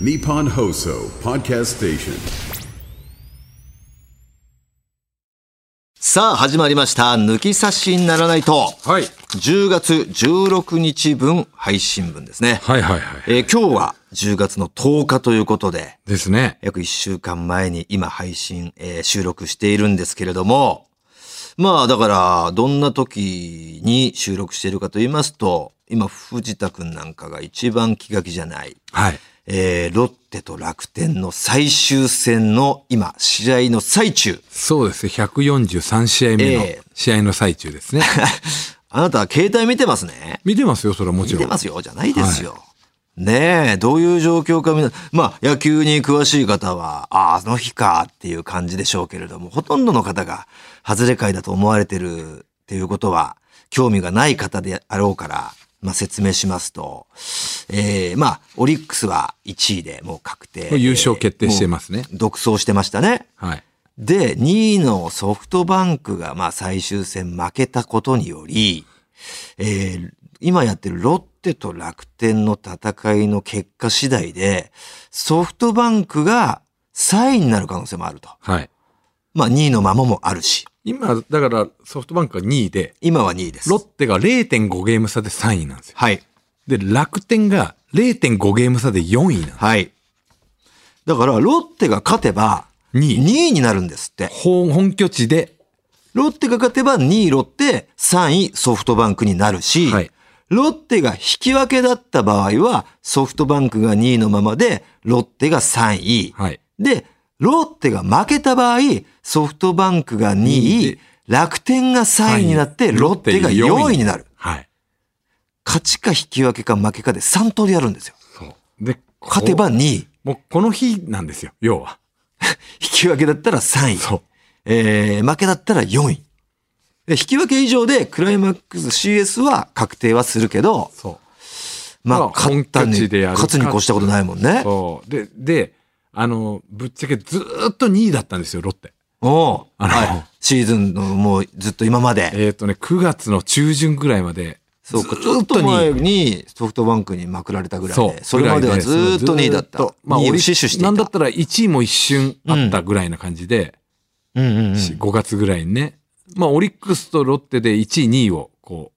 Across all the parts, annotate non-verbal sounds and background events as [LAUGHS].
Nippon Hoso Podcast Station. さあ始まりました「抜き差しにならないと」はい10月16日分配信分ですね、はいはいはい。えー今日は10月の10日ということでですね。約1週間前に今配信、えー収録しているんですけれどもまあだからどんな時に収録しているかと言いますと今藤田君なんかが一番気が気じゃないはい。えーロッテと楽天の最終戦の今、試合の最中。そうですね。143試合目のええ試合の最中で [LAUGHS] すね。あなたは携帯見てますね。見てますよ、それはもち見ろてん。ますよ、じゃないですよ。ねえ、どういう状況かみんな、まあ野球に詳しい方は、ああ、あの日かっていう感じでしょうけれども、ほとんどの方が、外れ会だと思われてるっていうことは、興味がない方であろうから、まあ説明しますと、えー、まあ、オリックスは1位でもう確定。優勝決定してますねもう独走してましたね。はい。で、2位のソフトバンクが、まあ、最終戦負けたことにより、えー今やってるロッテと楽天の戦いの結果次第で、ソフトバンクが3位になる可能性もあると。はい。まあ、2位のままもあるし、今、だからソフトバンクが2位で、今は2位です。ロッテが0.5ゲーム差で3位なんですよ。はい。で、楽天が0.5ゲーム差で4位なんです。はい。だから、ロッテが勝てば、 2 2位位になるんですって。本本拠地で、ロッテが勝てば2位ロッテ、3位ソフトバンクになるし、はいロッテが引き分けだった場合は、ソフトバンクが2位のままで、ロッテが3位。はい。で、ロッテが負けた場合、ソフトバンクが2位で、楽天が3位になって、ロッテが4位になる。はい。勝ちか引き分けか負けかで3通りやるんですよ。そう。で、こ勝てば2位、引もうこの日なんですよ、要は。き分けだったら3位。そう。えー、負けだったら4位。で、引き分け以上でクライマックス CS は確定はするけど、そう。ままあ、あ勝った本に、拠地でやるか勝つに越したことないもんね。そう。で、で、あの、ぶっちゃけずーっと2位だったんですよ、ロッテ。おうあのはい。シーズンのもうずっと今まで。えっ、とね、9月の中旬ぐらいまで、そうか、ちずーょっっとと前2位。にソフトバンクにまくられたぐらいで、それぐらまいではずーっと2位だった。ずーまあ、 2位オをリ死守していた。なんだったら1位も一瞬あったぐらいな感じで、うんうんうん。 5月ぐらいにね。まあ、オリックスとロッテで1位、2位を、こ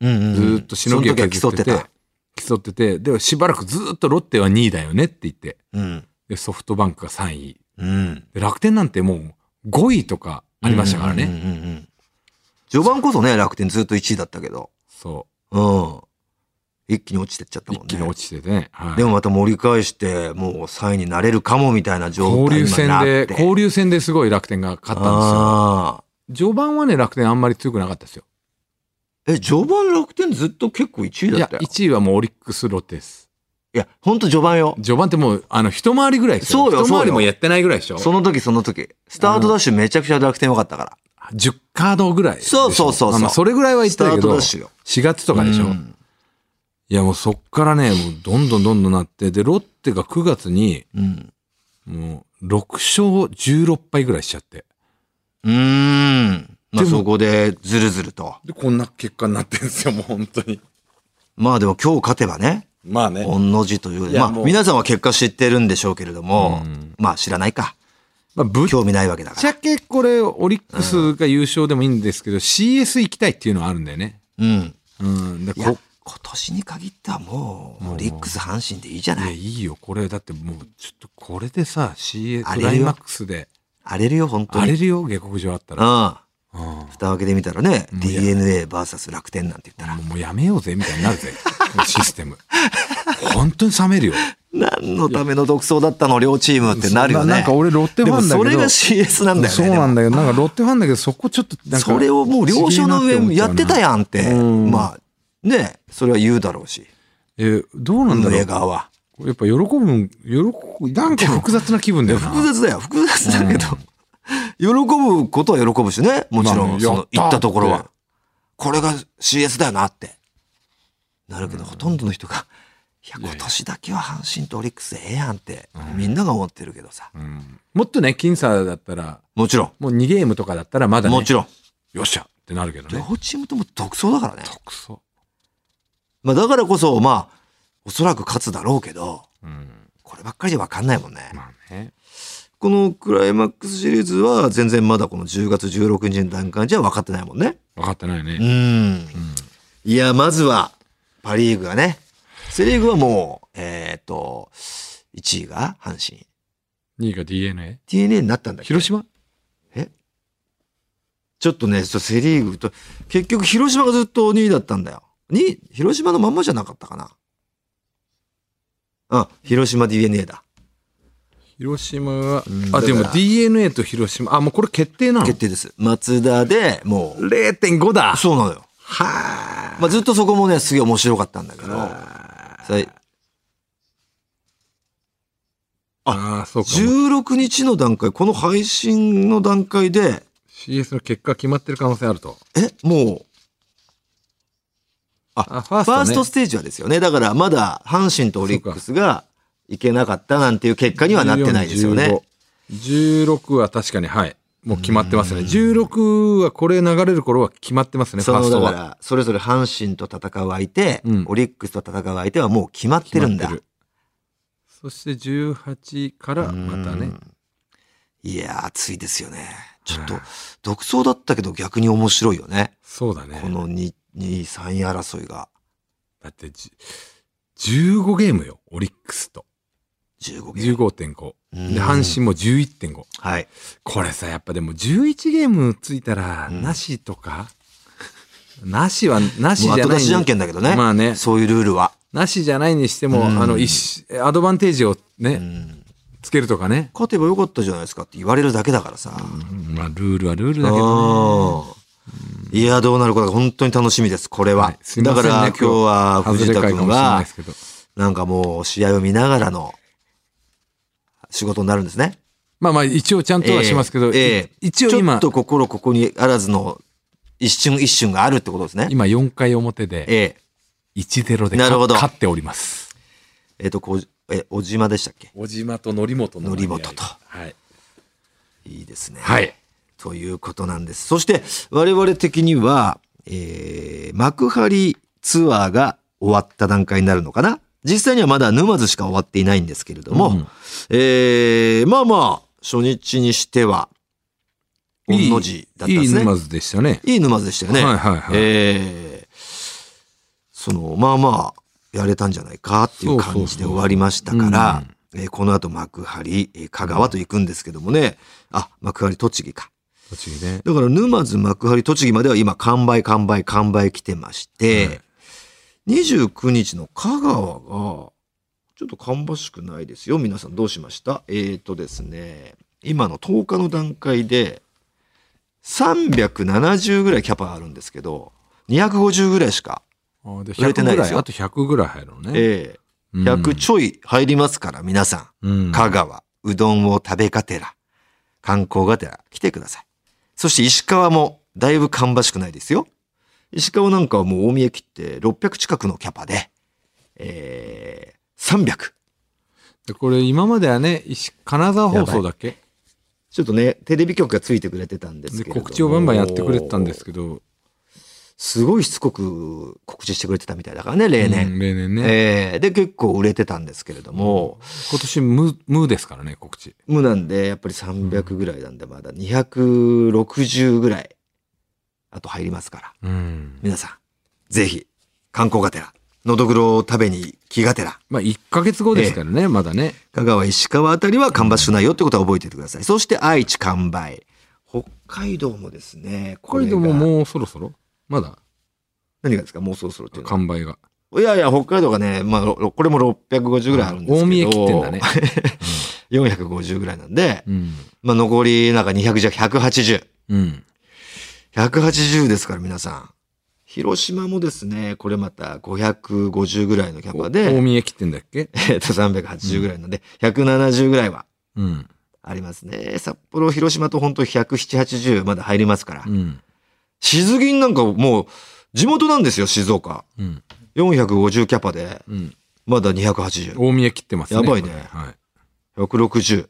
うんうんうう、んずーっとしのぎをその時削はっ競てってて、た。競ってて、で、しばらくずーっとロッテは2位だよねって言って、うん。で、ソフトバンクが3位。うん。で楽天なんてもう5位とかありましたからね。うんうんうんうん。序盤こそね、楽天ずっと1位だったけど。そうん。一気に落ちてっちゃったう。もんね。一気に落ちててね。はいでもまた盛り返して、もう3位になれるかもみたいな状態交流戦で、流交流戦ですごい楽天が勝ったんですよ。あ序盤はね、楽天あんまり強くなかったですよ。ーえ、序盤楽天ずっと結構1い位だや、ったよ。い1位はもうオリックス・ロッテです。や、ほんと序盤よ。序盤ってもう、あの、一回りぐらいですよ。そうよ一そう回りよもやってないぐらいでしょ。その時その時。スタートダッシュめちゃくちゃ楽天良かったから。 10カードぐらいでしそょ。うそうそうそうまあまあ、それぐらいは言ってたスけタートど、ダッシュよ4月とかでしょ。うんいや、もうそっからね、もうどんどんどんどんなって、で、ロッテが9月に、うん。もう、6勝16敗ぐらいしちゃって。うーん。まあでもそこでずるずると。で、こんな結果になってんですよ、もう本当に。まあでも今日勝てばね、まあね御の字という。いやまあもう皆さんは結果知ってるんでしょうけれども、まあ知らないか。まあ、ぶっ興味ないわけだぶっかちら。ゃけこれ、オリックスが優勝でもいいんですけど、CS 行きたいっていうのはあるんだよね。うん。うん。だいこや、今年に限ってはもう、オリックス阪神でいいじゃいなや、い。いいよ。これ、だってもう、ちょっとこれでさ、CS、荒れクるよライマックスで、荒れるよ、本当荒に。うれん。るよ、下克上あったら。蓋うん。開もけてみたらね、DeNAVS 楽天なんて言ったら、うもうやめようぜ、みたいになるぜ。 [LAUGHS] このシステム。本当に冷めるよ。何のための独走だったの、両チームってなるよそんね。ななんか俺ロッテファンだけどでもそれが CS なんだよね。そうなんだだけど、なんかロッテファンだけど、そこちょっとなんか、それをもう了承の上やってたん。やんって。うんまあ、ね、それは言うだろうし、え、どうなんだ運ろ営う。側は。やっぱ喜ぶん、喜ぶ、なんか複雑な気分だよな。複雑だよ、複雑だけど。喜ぶことは喜ぶしね、もちろまあん、そやっの、た行ったところっはて。これが CS だよなって。なるけど、ほとんどの人が、いや、今年だけは阪神とオリックスでええやんって、みんなが思ってるけどさ。うんもっとね、僅差だったら、もちろん、もう2ゲームとかだったらまだね、もちろん。よっしゃってなるけどね。両チームとも独走だからね。くそ。まあ、だからこそ、まあ、おそらく勝つだろうけど、うん。こればっかりじゃ分かんないもんね。まあね。このクライマックスシリーズは全然まだこの10月16日の段階じゃ分かってないもんね。分かってないね。うん。いや、まずは、パリーグがね。セリーグはもう、えーっと、1位が阪神。 2位が DNA。 DNA になったんだっけど。広島ちょっとね、そうセリーグと、結局広島がずっと2位だったんだよ。に広島のまんまじゃなかったかな。あ、広島 DNA だ。広島はん、だかあ、らでも DNA と広島、あ、もうこれ決定なの決定です。松田でもう、 ?0.5 だそうなのよ。はまあ、ずっとそこもね、すげえ面白かったんだけど。さいあ。ああ、そうか。 16日の段階、この配信の段階で、 CS の結果決まってる可能性あると。え、もう、あ、あ、ファースフト、ね。ァーストステージはですよね。だからまだ阪神とオリックスがいけなかったなんていう結果にはなってないですよね。 14。15 16は確かに、はい。もう決まってますね。16はこれ流れる頃は決まってますね、フそァーのスだトかは。ら、それぞれ阪神と戦う相手、うんオリックスと戦う相手はもう決まってるんだ。決まってるそして18からまたね。いやー、熱いですよね。ちょっと、独走だったけど逆に面白いよね。そうだねこ。の2、2、3位争いが。だってじゅ、15ゲームよ、オリックスと。 15ゲーム。 15.5。うんで、阪神も11.5。はい。これさ、やっぱでも11ゲームついたら、うんなしとか、 [LAUGHS] なしは、なしじもうゃない後出しじゃんにけんだけどね。まあねそういうルールは。なしじゃないにしても、うんあの、一アドバンテージをね、うんつけるとかね。勝てばよかったじゃないですかって言われるだけだからさ。うんまあ、ルールはルールだけどね。ああいや、どうなることか本当に楽しみです、これは。はいすいまだせかんねら今日は外藤れ田かいか君もしれないがです、けど。なんかもう試合を見ながらの仕事になるんですね。まあまあ、一応ちゃんとはしますけえど、えええい一応ちょっ今、と心ここにあらずの一瞬一瞬があるってことですね。今4回表で、ええ1-0でなるほど勝っております。えっ、と、こう、え、小島でしたっけ小島と則本の則本とはい。いいですね。はい。ということなんです。そして、我々的には、えー、幕張ツアーが終わった段階になるのかな実際にはまだ沼津しか終わっていないんですけれども、うんえーまあまあ、初日にしては、御の字だったんいいでいいすね。いい沼沼津津でしたね。でしたよね。はいはいはいえーその、まあまあ、やれたんじゃないかっていう感じで終わりましたから、えーこの後幕張、えー香川と行くんですけどもね、あ、幕張栃木か。栃木ね。だから沼津幕張栃木までは今完売完売完売来てまして、29日の香川がちょっと芳しくないですよ皆さんどうしましたえー、とですね今の10日の段階で370ぐらいキャパあるんですけど250ぐらいしか、あで売れてないで100ぐらすい、よあと100ぐらい入るのね。えー100ちょい入りますから皆さんうん香川、うどんを食べがてら、観光がてら来てください。そして石川もだいぶ芳しくないですよ。石川なんかはもう大見え切って600近くのキャパで、えー、300。でこれ今まではね、石金沢放送だっけちょっとね、テレビ局がついてくれてたんですでけれども。告知をバンバンやってくれてたんですけど、すごいしつこく告知してくれてたみたいだからね、例う年。ん例年ね。えーで、結構売れてたんですけれども、今年無、無ですからね、告知。無なんで、やっぱり300ぐらいなんで、まだ260ぐらい、あと入りますから。うん。皆さん、ぜひ、観光がてら、のどぐろを食べに来がてら、まあ、1ヶ月後ですからね、まだね。香川、石川あたりは芳しくないよってことは覚えておいてください。そして愛知完売。北海道もですね、ここれれでがもう、もうそろそろまだ何がですか、もうそろそろっていうのは完売が。いやいや、北海道がね、まあ、ろこれも650ぐらいあるんですけど。大見え切ってんだ [LAUGHS] ね。 450ぐらいなんで、うん。まあ残りなんか200じゃ180。うん。 180ですから皆さん。広島もですね、これまた550ぐらいのキャパで。大見え切ってんだっけえっと、380ぐらいなんで、170ぐらいはうん。ありますね。札幌、広島と本当170、80まだ入りますから。うん。静銀なんかもう、地元なんですよ、静岡。うん。 450キャパで、うん。まだ280、大見え切ってますね。やばいねこれはい。 160。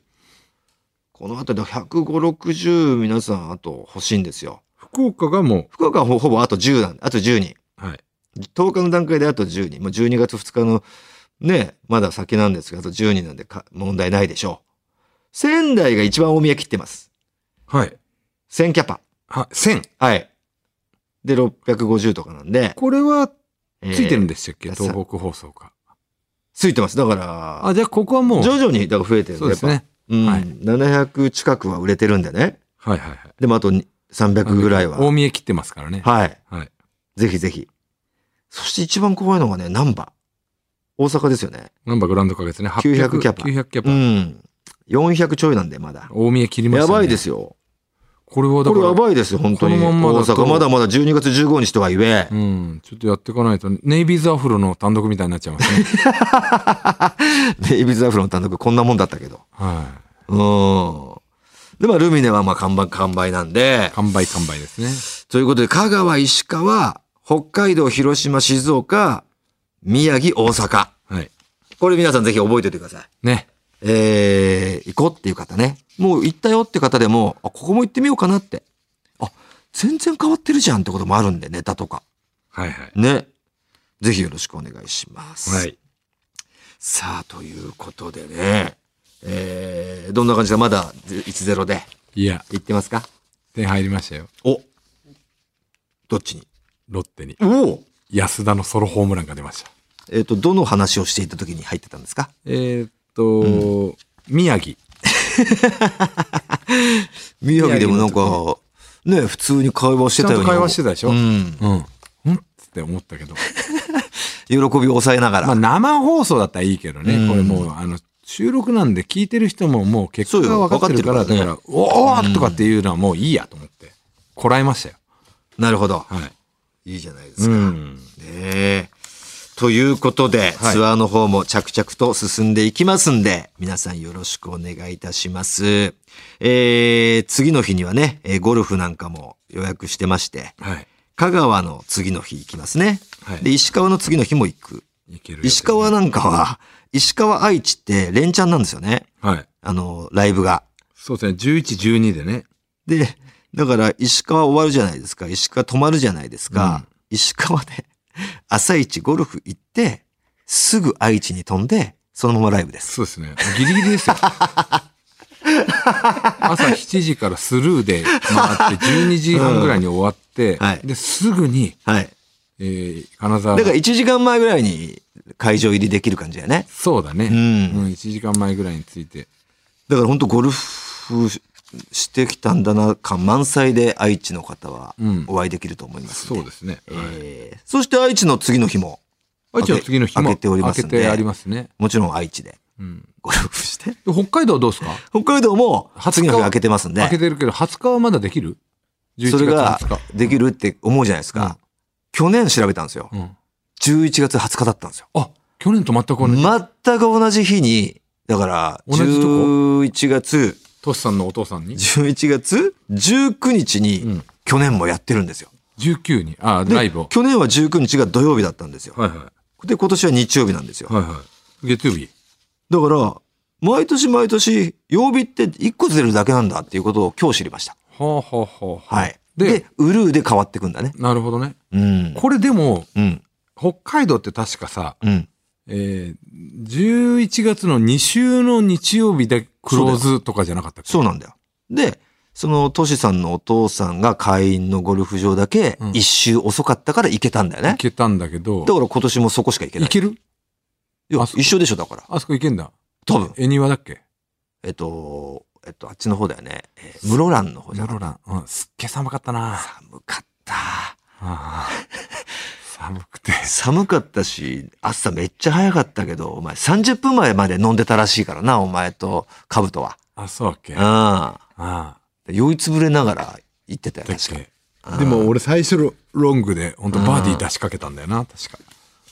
この辺りで150、60皆さん、あと欲しいんですよ。福岡がも福岡はほほぼあと10なんで、あと10人。う、はい。 10日の段階であと10人。もう12月2日のね、まだ先なんですが、あと10人なんでか問題ないでしょう。仙台が一番大宮切ってます。はい。 1000キャパ。は、千。はい。で、650とかなんで。これはえーついてるんでしたっけ、えー東北放送か。ついてます。だから、あ、じゃあここはもう。徐々にだから増えてるんそうです。やっね。ぱうん、はい700近くは売れてるんでね。はいはいはい。でもあとに300ぐらいは。大見え切ってますからね。はい。はい。ぜひぜひ。そして一番怖いのがね、難波。大阪ですよね。ナンバーグランド花月ね。 900キャパ900キャうパ。ん。400ちょいなんで、まだ。大見え切りましたやね。ばいですよ。よ。これはだこかれら。やばいですよ、本当に。このまんま大だと阪、まだまだ12月15日とはいえう。ん。ちょっとやっていかないと、ネイビーズアフロの単独みたいになっちゃいますね。 [LAUGHS] で、エビズアフロン単独こんなもんだったけど。はうん。で、まあ、ルミネはまあ、看板、完売なんでい。。完売完売ですね。ということで、香川、石川、北海道、広島、静岡、宮城、大阪。はい。これ皆さんぜひ覚えておいてください。ね。えー、行こうっていう方ね。もう行ったよって方でも、あ、ここも行ってみようかなって。あ、全然変わってるじゃんってこともあるんで、ネタとか。はいはい。ね。ぜひよろしくお願いします。はい。さあ、ということでね。えー、どんな感じかまだ1-0でいや、行ってますか点入りましたよ。おどっちにロッテに。おお安田のソロホームランが出ました。えっ、と、どの話をしていた時に入ってたんですかえーっと、宮城。宮城でもなん宮か、ね、普通に会話してたようにちゃんと会話してたでしょうん。うん。うんって思ったけど。喜びを抑えながら。まあ生放送だったらいいけどね。うんこれもう、あの、収録なんで聞いてる人ももう結そ果うがよ分かってるから、分かってだるかからら、おおーとかっていうのはもういいやと思って。こらえましたよ。なるほど。はい。いいじゃないですか。うん。ねえ。ということで、はいツアーの方も着々と進んでいきますんで、皆さんよろしくお願いいたします。えー、次の日にはね、えーゴルフなんかも予約してまして、はい。香川の次の日行きますね。はいで、石川の次の日も行く。いけるよ。石川なんかは、石川愛知って連チャンなんですよね。はい。あの、ライブが。そうですね。11、12でね。で、だから石川終わるじゃないですか。石川止まるじゃないですか。石川で朝一ゴルフ行って、すぐ愛知に飛んで、そのままライブです。そうですね。ギリギリですよ。 [LAUGHS] 朝7時からスルーで [LAUGHS] 回って、12時半ぐらいに終わって、はいで、すぐに、はい。えー、金沢だから1時間前ぐらいに会場入りできる感じだよね。そうだね。うんうん。1時間前ぐらいについて。だから本当ゴルフししてきたんだな感満載で愛知の方はうんお会いできると思います、そうですね。はいえーそして愛知の次の日も、愛知は次の日も開けておりますんで開けてありますね。もちろん愛知でうん。ゴルフして、で北海道はどうですか北海道も次の日20開けてますんで開、けてるけど、20日はまだできる ?11 それが月20日。できるって思うじゃないですか。去年調べたんですよ。うん。 11月20日だったんですよ。あ、去年と全く同じ。全く同じ日に、だから、同じとこ11月、トシさんのお父さんに11月19日うにん、去年もやってるんですよ。 ?19 に。あ、でライブを。去年は19日が土曜日だったんですよ。はいはで、今年は日曜日なんですよい。。はいはい。月曜日。だから、毎年毎年、曜日って1個ずれるだけなんだっていうことを今日知りました。はあはあはあ。はい。でで、ウルーで変わってくんだね。なるほどね。うん。これでも、うん。北海道って確かさ、うん。えー、11月の2週の日曜日でクローズとかじゃなかったっけそうなんだよ。で、そのトシさんのお父さんが会員のゴルフ場だけうん一周遅かったから行けたんだよね行。けたんだけどだ、から今年もそこしか行けない。行けるいやあそう一緒でしょ、だから。あそこ行けんだ。多分。恵庭だっけえっと、えっと、あっちの方だよね。えー室蘭の方じゃ室なかっ蘭。うん、すっげえ寒かったなた。寒かった。あー寒くて。寒かったし、朝めっちゃ早かったけど、お前30分前まで飲んでたらしいからな、お前とカブトは。あ、そうだっけあああ。あ。酔いつぶれながら行ってたよ、だっ確かけでも俺最初のロングで、本当バーディー出しかけたんだよな、確か。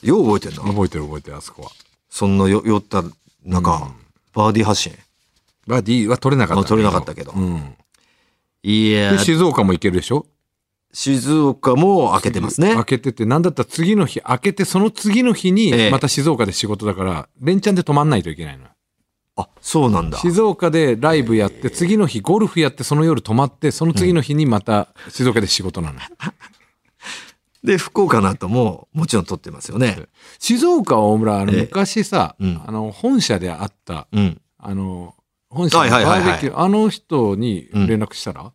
よう覚えてんな。覚えてる覚えてる、あそこは。そんなよ酔った中、バーディー発進。バーディーは取れなかったんだけど。取れなかったけどうん。いやで、静岡も行けるでしょ静岡も開けてますね開。けてて、なんだったら次の日、開けて、その次の日えにえ、また静岡で仕事だから、連チャンで泊まんないといけないの。あ、そうなんだ。静岡でライブやって、次の日ゴルフやって、その夜泊まって、その次の日にまた静岡で仕事なの。で、福岡の後ももちろん撮ってますよね。静岡大村、あの、ええ昔さ、うんあの、本社で会った、うん。あの、本社のはいバはいはいはいーベキュー、あの人に連絡したら、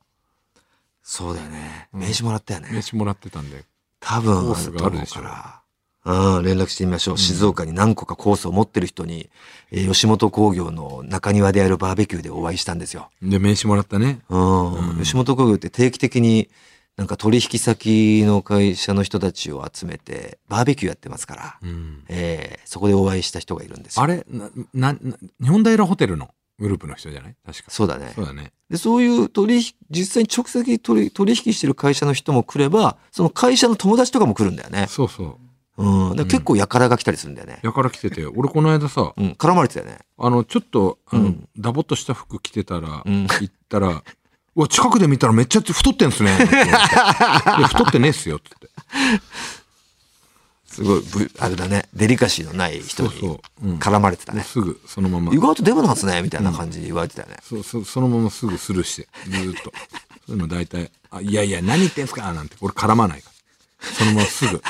そうだよね。うん名刺もらったよね。飯もらってたんで。多分コーあスるがとある思でうしょから。うん、連絡してみましょう。静岡に何個かコースを持ってる人に、えー吉本興業の中庭でやるバーベキューでお会いしたんですよ。で、名刺もらったね。うん。うん吉本興業って定期的になんか取引先の会社の人たちを集めて、バーベキューやってますから、うん。えーそこでお会いした人がいるんですよ。あれなな、な、日本平ホテルのグループの人じゃない確か。そうだねそう。だね。で、そういう取引、実際に直接取り取引してる会社の人も来れば、その会社の友達とかも来るんだよね。そうそう。うん。だから結構やからが来たりするんだよね。やから来てて、俺この間さ、うん。絡まれてたよね。あの、ちょっと、あの、うんダボっとした服着てたら、うん行ったら、うわ、近くで見たらめっちゃ太ってんす [LAUGHS] ね。って言われていや太ってねえっすよ、つって。すごい、ぶあれだね。デリカシーのない人にそうそううん絡まれてたね。すぐ、そのまま意。外とデブなんすね、みたいな感じで言われてたよね。そそそのまますぐスルーして、ずーっと。そういうの大体、あ、いやいや、何言ってんすかなんて、俺絡まないから。そのまますぐ、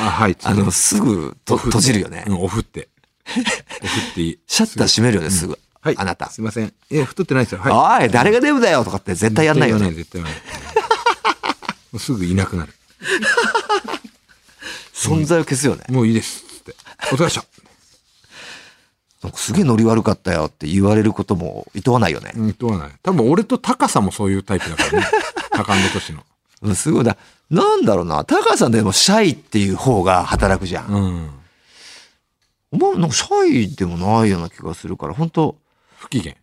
あ、はい、つってあの、すぐとおふって閉じるよねう。ん、おふって。おふって [LAUGHS] いい。シャッター閉めるよね、すぐ。はい。あなた。すいません。いや、太ってないですよ。はい。おい、誰がデブだよとかって絶対やんないよね。絶対やんない、絶対やんない。もうすぐいなくなる。存在を消すよね。もういいです。つって。お疲れっした。なんかすげえノリ悪かったよって言われることも厭わないよね。うん、どうない。多分俺と高さもそういうタイプだからね。高安都市の。うん、すごいな。なんだろうな。高橋さんでもシャイっていう方が働くじゃん。うん。お前なんかシャイでもないような気がするから、本当不機嫌。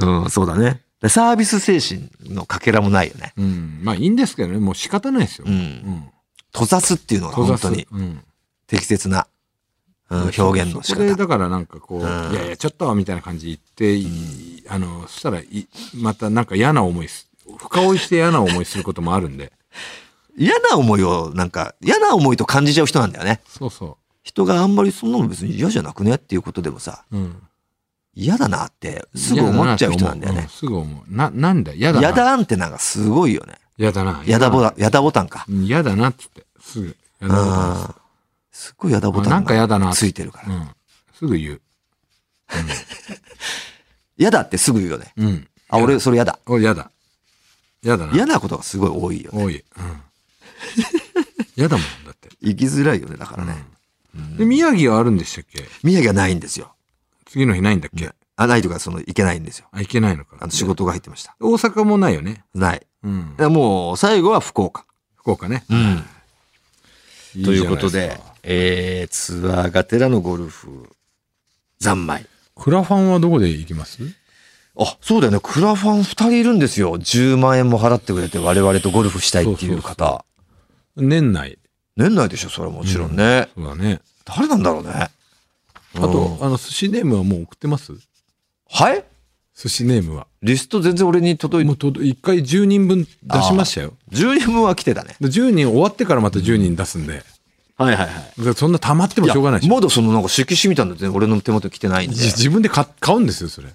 うん、そうだね。でサービス精神のかけらもないよね。うん。まあいいんですけどね。もう仕方ないですよ。うんうん。閉ざすっていうのが閉ざ本す当にうん。適切な、うん、表現の仕そこで方。だからなんかこう、いやいや、ちょっと、みたいな感じで言って、あの、そしたらい、またなんか嫌な思いす、深追いして嫌な思いすることもあるんで。嫌な思いを、なんか、嫌な思いと感じちゃう人なんだよね。そうそ人があんまりそんなの別に嫌じゃなくねっていうことでもさ、う。うん。嫌だなってすぐ思っちゃう人なんだよね。嫌だなって思ううんすぐ思う。な、なんだ、嫌だな。嫌だアンテナがすごいよね。嫌だな。嫌だボタン、嫌だボタンか。うん嫌だなっつって。すぐ。嫌だなっつっああ。すっごいやだボてあタなンんか嫌だなっがつつっいてるから。うん。すぐ言う。嫌だってすぐ言うよね。うん。あ、俺それ嫌だ。俺嫌だ。嫌だな。嫌なことがすごい多いよね。多い。うん。嫌だもん、だって。生きづらいよね、だからね。で、宮城はあるんでしたっけ宮城はないんですよ。次の日ないんだっけあ、ないとか、その、行けないんですよ。あ、行けないのかあ。の、仕事が入ってました。大阪もないよね。ない。うんだか。らもう、最後は福岡。福岡ね。うん。いいじとゃないいうことですか。、えー、ツアーがてらのゴルフ、三昧。クラファンはどこで行きますあ、そうだよね。クラファン二人いるんですよ。10万円も払ってくれて我々とゴルフしたいっていうそう方。年内。年内でしょ、それはもちろんね。そうだね。誰なんだろうね。あと、あの、寿司ネームはもう送ってますはい寿司ネームは。リスト全然俺に届いもうとど、一回10人分出しましたよ。 10人分は来てたね。で10人終わってからまた10人出すんで。はいはいはい。でそんな溜まってもしょうがないでしょ。まだそのなんか色紙みたいなの全然俺の手元に来てないんで。じ自分で買買うんですよ、それ。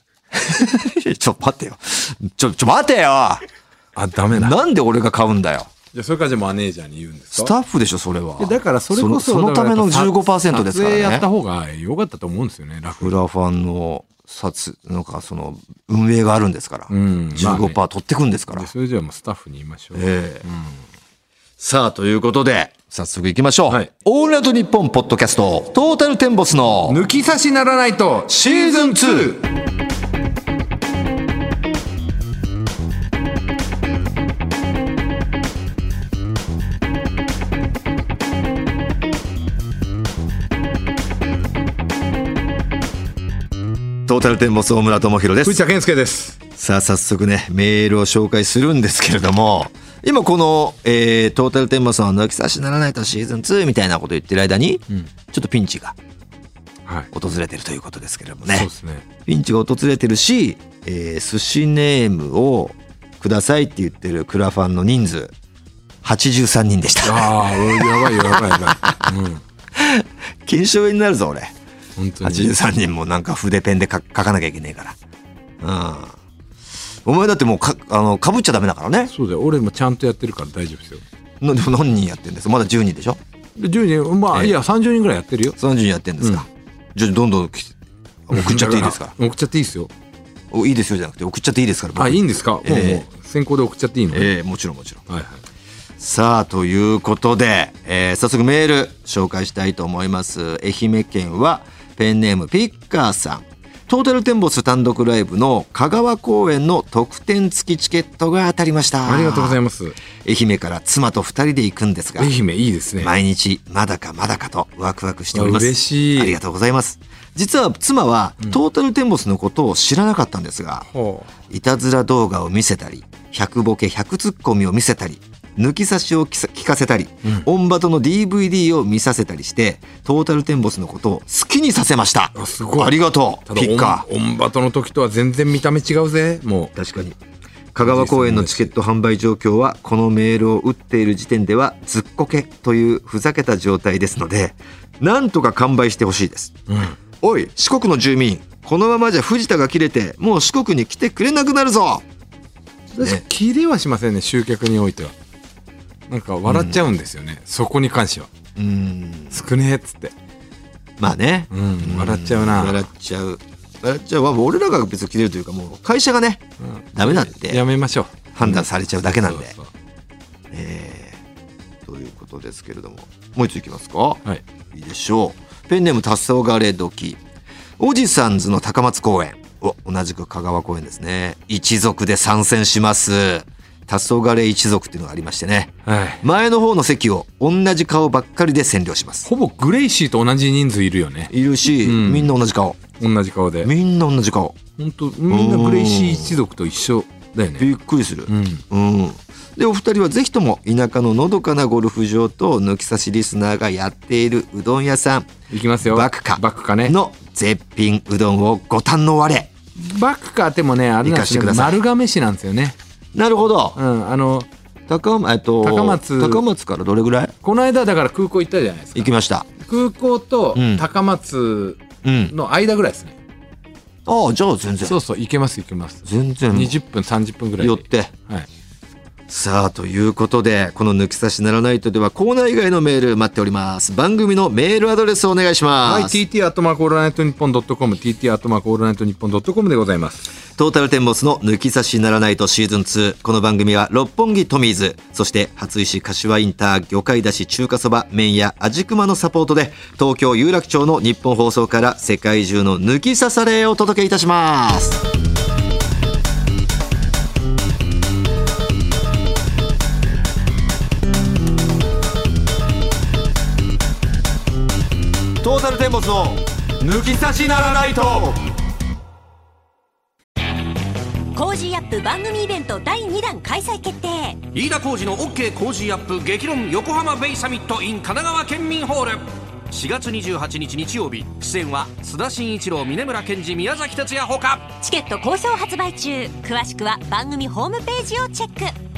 ちょ、待ってよ。ちょ、ちょ、待てよあ、ダメだ。なんで俺が買うんだよ。じゃあ、それからじゃあマネージャーに言うんですスかタッフでしょ、それは。でだから、それこそののだたからめやっのぱさ15%ですからね。撮影やった方が良かったと思うんですよね、楽フラファンの札、なんかその、運営があるんですから。ん15%ま取ってくんですから。でそれじゃあもうスタッフに言いましょう。ええさあ、ということで、早速行きましょう。はいオールナイトニッポンポッドキャスト、トータルテンボスの、抜き差しならないとシーズン 2! トータルテンボス大村智弘です藤。田健介です。さあ早速ねメールを紹介するんですけれども今この、えートータルテンボスの抜き差しならないとシーズン2みたいなこと言ってる間に、ちょっとピンチがはい。訪れてるということですけれどもそうねですね。ピンチが訪れてるし、えー寿司ネームをくださいって言ってるクラファンの人数83人でしたああ、俺やばいよやばいやばい。うん。金賞になるぞ俺本当に。 83人もなんか筆ペンで書書かなきゃいけねえからうんお前だってもうかあのかぶっちゃダメだからねそうだよ俺もちゃんとやってるから大丈夫ですよなでも何人やってんですかまだ10人でしょで10人まあ、ええいや30人ぐらいやってるよ30人やってんですか、じゃあどんどんき送っちゃっていい [LAUGHS] ですか送っちゃっていいですよおいいですよじゃなくて送っちゃっていいですから僕あいいんですか、もうええもう先行で送っちゃっていいの、ええもちろんもちろんはいはいさあということで、えー早速メール紹介したいと思います愛媛県はペンネームピッカーさんトータルテンボス単独ライブの香川公演の特典付きチケットが当たりましたありがとうございまますす愛媛から妻と二人で行くんですが愛媛いいですね毎日まだかまだかとワクワクしておりますあ嬉しいありがとうございます実は妻はトータルテンボスのことを知らなかったんですが、ほいたずら動画を見せたり100ボケ100ツッコミを見せたり抜き差しをきさ聞かせたり、オンバトの DVD を見させたりしてトータルテンボスのことを好きにさせましたあすごいありがとううただピッカオンオンバトの時とは全然見た目違うぜもー確かに香川公演のチケット販売状況はこのメールを打っている時点ではずっこけというふざけた状態ですのでなんとか完売してほしいですう、うん、おい四国の住民このままじゃ藤田が切れてもう四国に来てくれなくなるぞ私キレはしませんね集客においてはなんか笑っちゃうんですよね、そこに関してはうん少ねえっつってまあね、うん笑っちゃうな笑っちゃう笑っちゃうわもう俺らが別に切れるというかもう会社がね、ダメだってやめましょう判断されちゃうだけなんで、そうそえーということですけれどももう一ついきますか、うはいいいでしょう。ペンネームタッサオガレドキ。オジサンズの高松公園。お、同じく香川公園ですね。一族で参戦します。タッサオガレ一族っていうのがありましてね。はい前の方の席を同じ顔ばっかりで占領します。ほぼグレイシーと同じ人数いるよねいるし、うんみんな同じ顔。同じ顔でみんな同じ顔。本当みんなグレイシー一族と一緒だよねびっくりする。うんうん、でお二人はぜひとも田舎ののどかなゴルフ場と抜き差しリスナーがやっているうどん屋さんいきますよバクカバクカねの絶品うどんをご堪能あれバクカってもねあれなんです行かせてくよださい丸亀市なんですよねなるほどうんあの高,、えっと、高松高松からどれぐらいこの間だから空港行ったじゃないですか行きました空港とうん高松うんの間ぐらいですね、ああじゃあ全然そうそう行けます行けます全然20分30分ぐらいで寄ってはい、さあということでこの「抜き差しならないと」ではコーナー以外のメール待っております番組のメールアドレスお願いしはい、ます、 TT アットマークオールナイトニッポンドットコム TT アットマークオールナイトニッポンドットコムでございますトータルテンボスの抜き差しならないとシーズン2。この番組は六本木トミーズ、そして初石柏インター、魚介だし中華そば、麺屋、味熊のサポートで、東京有楽町の日本放送から世界中の抜き差されをお届けいたします。トータルテンボスの抜き差しならないとコージーアップ番組イベント第2弾開催決定飯田浩司の OK 工事アップ激論横浜ベイサミット in 神奈川県民ホール4月28日日曜日出演は須田慎一郎峯村健二宮崎哲也ほかチケット好評発売中詳しくは番組ホームページをチェック